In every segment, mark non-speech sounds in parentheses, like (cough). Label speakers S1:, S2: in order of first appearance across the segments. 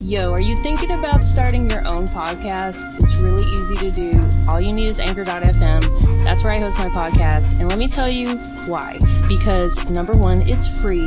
S1: Yo, are you thinking about starting your own podcast? It's really easy to do. All you need is anchor.fm. That's where I host my podcast. And let me tell you why. Because number one, it's free.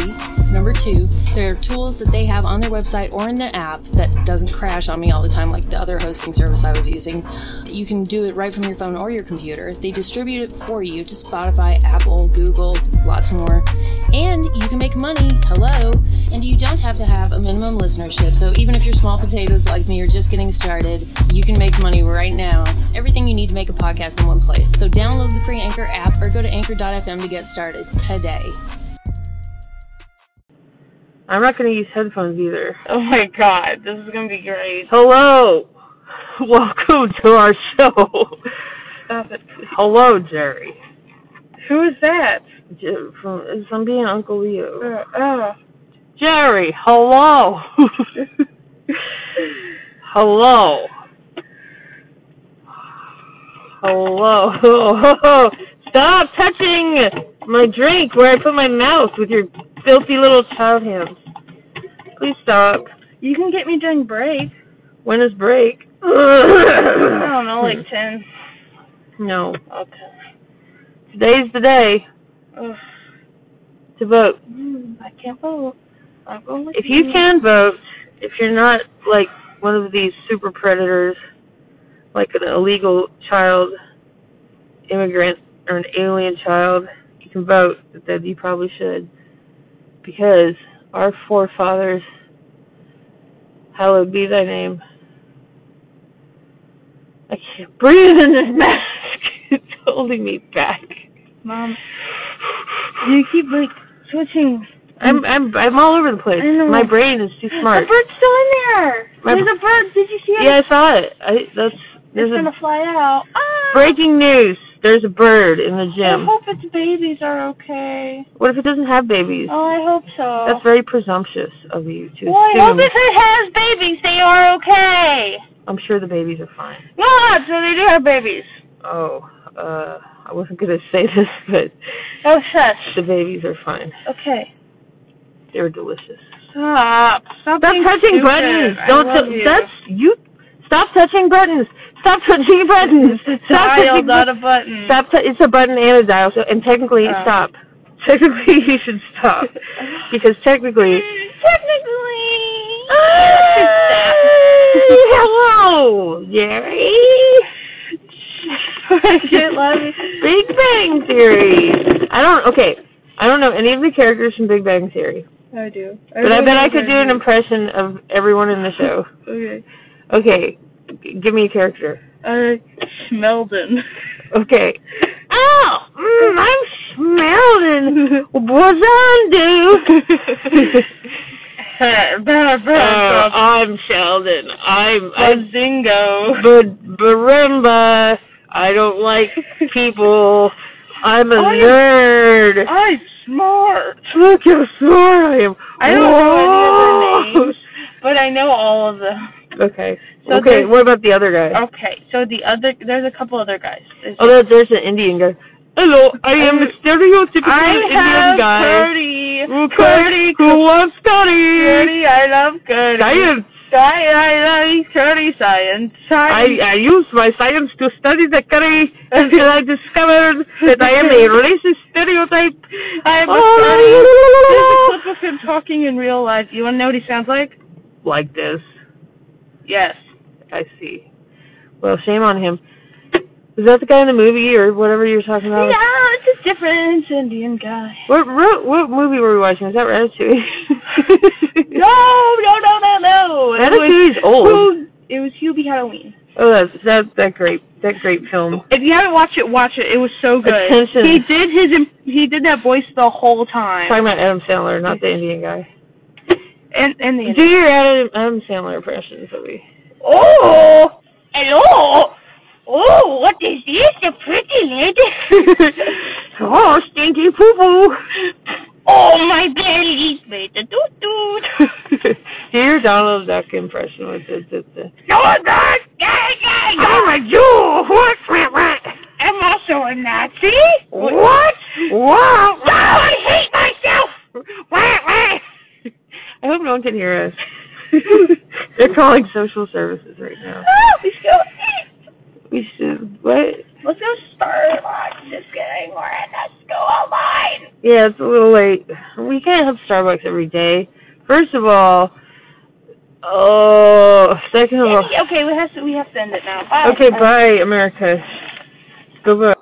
S1: Number two, there are tools that they have on their website or in the app that doesn't crash on me all the time like the other hosting service I was using. You can do it right from your phone or your computer. They distribute it for you to Spotify, Apple, Google, lots more. And you can make money. Hello. And you don't have to have a minimum listenership. So even if you're small potatoes like me, you're just getting started, you can make money right now. It's everything you need to make a podcast in one place. So download the free Anchor app or go to anchor.fm to get started today.
S2: I'm not going to use headphones either.
S3: Oh my god, this is gonna be great.
S2: Hello. (laughs) Welcome to our show.
S3: Stop it, please.
S2: Hello, Jerry.
S3: Who is that?
S2: J- From it's- I'm being Uncle Leo.
S3: Uh, oh.
S2: Jerry, hello. hello. Hello. Stop touching my drink where I put my mouth with your filthy little child hands. Please stop.
S3: You can get me during break.
S2: When is break?
S3: (coughs) I don't know, like 10.
S2: no.
S3: Okay.
S2: Today's the day
S3: Ugh.
S2: to vote.
S3: Mm, I can't vote. I'm going with
S2: If you can vote, if you're not like one of these super predators, like an illegal child, immigrant, or an alien child, you can vote. Then you probably should. Because our forefathers, hallowed be thy name. I can't breathe in this mask. (laughs) It's holding me back.
S3: Mom, you keep like switching.
S2: I'm I'm I'm all over the place.
S3: I know.
S2: My brain is too smart.
S3: The bird's still in there.
S2: My-
S3: There's a bird. Did you see it?
S2: Yeah, I saw it. I that's
S3: It's
S2: there's
S3: gonna
S2: a
S3: fly out. Ah!
S2: breaking news. There's a bird in the
S3: I
S2: gym.
S3: hope its babies are okay.
S2: What if it doesn't have babies?
S3: Oh, I hope so.
S2: That's very presumptuous of you to
S3: well, I hope
S2: assume.
S3: if it has babies, they are okay.
S2: I'm sure the babies are fine.
S3: No, so they do have babies.
S2: Oh, uh, I wasn't gonna (laughs) say this, but
S3: Oh,
S2: the
S3: shush.
S2: babies are fine.
S3: Okay.
S2: They were delicious.
S3: Stop. Stop
S2: Stop
S3: being
S2: touching
S3: stupid.
S2: buttons.
S3: I
S2: Don't
S3: love
S2: tou-
S3: you.
S2: that's you. Stop touching buttons. Stop touching
S3: (laughs)
S2: buttons. Stop
S3: dial,
S2: touching
S3: not
S2: buttons.
S3: a button.
S2: Stop. T- it's a button and a dial, so and technically
S3: Oh.
S2: stop. (laughs) Technically, you should stop
S3: (laughs)
S2: because technically. (laughs)
S3: Technically.
S2: Hello, Jerry.
S3: Shit, love you.
S2: (laughs) Big Bang Theory. I don't. Okay, I don't know any of the characters from Big Bang Theory,
S3: I do.
S2: but I bet I could do an impression of everyone in the
S3: (laughs)
S2: show.
S3: Okay.
S2: Okay, g- give me a character.
S3: Uh,
S2: (laughs)
S3: Schmeldon.
S2: Okay. Oh, mm, I'm smelling. What's on, (laughs) dude?
S3: Bad
S2: Uh, I'm Sheldon. I'm I'm
S3: Zingo.
S2: But Barimba, I don't like people. I'm a
S3: I-
S2: nerd.
S3: I'm smart.
S2: Look how smart I am.
S3: I don't know any of
S2: Whoa.
S3: their names, but I know all of them.
S2: (laughs) Okay.
S3: So
S2: okay.
S3: there's-
S2: What about the other guy?
S3: Okay, so the other there's a couple other guys. There's-
S2: Oh, there- there's an Indian guy. Hello, I am a
S3: I-
S2: stereotypical
S3: I
S2: Indian
S3: have
S2: guy.
S3: Cody.
S2: Who
S3: Cody.
S2: who loves study?
S3: Cody. I love Cody.
S2: Science.
S3: Sci- I love Cody science.
S2: I,
S3: Science.
S2: I use my science to study the curry until I discovered that I am a racist stereotype.
S3: I have a Cody. There's a clip of him talking in real life. You want to know what he sounds like?
S2: like this.
S3: Yes.
S2: I see. Well, shame on him. Is that the guy in the movie or whatever you were talking about?
S3: Yeah, it's a different Indian guy.
S2: What, what what movie were we watching? Is that Ratatouille?
S3: No, no, no, no, no. It was,
S2: (laughs) Ratatouille's old.
S3: Hugh- it was Hubie Halloween.
S2: Oh, that's that that great that great film.
S3: If you haven't watched it, watch it. It was so good.
S2: Attention.
S3: He did his im- he did that voice the whole time.
S2: Talking about Adam Sandler, not the Indian guy.
S3: And and the
S2: Do your Adam Adam Sandler impression, Sophie.
S3: oh hello oh what is this a pretty lady
S2: (laughs) oh, stinky poo
S3: oh my belly made a doot doot
S2: poo. (laughs) Do your Donald Duck impression with the, the, the
S3: no I'm not I'm
S2: I'm a Jew. Oh, What? What?
S3: I'm also a Nazi
S2: What? (laughs) Oh, Wow.
S3: no I hate myself
S2: I hope no one can hear us. (laughs) They're calling social services right (laughs) now.
S3: Oh, we should go.
S2: We should. What?
S3: Let's go start on this getting more and let's go online.
S2: Yeah, it's a little late. We can't have Starbucks every day. First of all, oh, second of all,
S3: Okay, we have to we have to end it now. Bye.
S2: okay, bye, America. Go vote.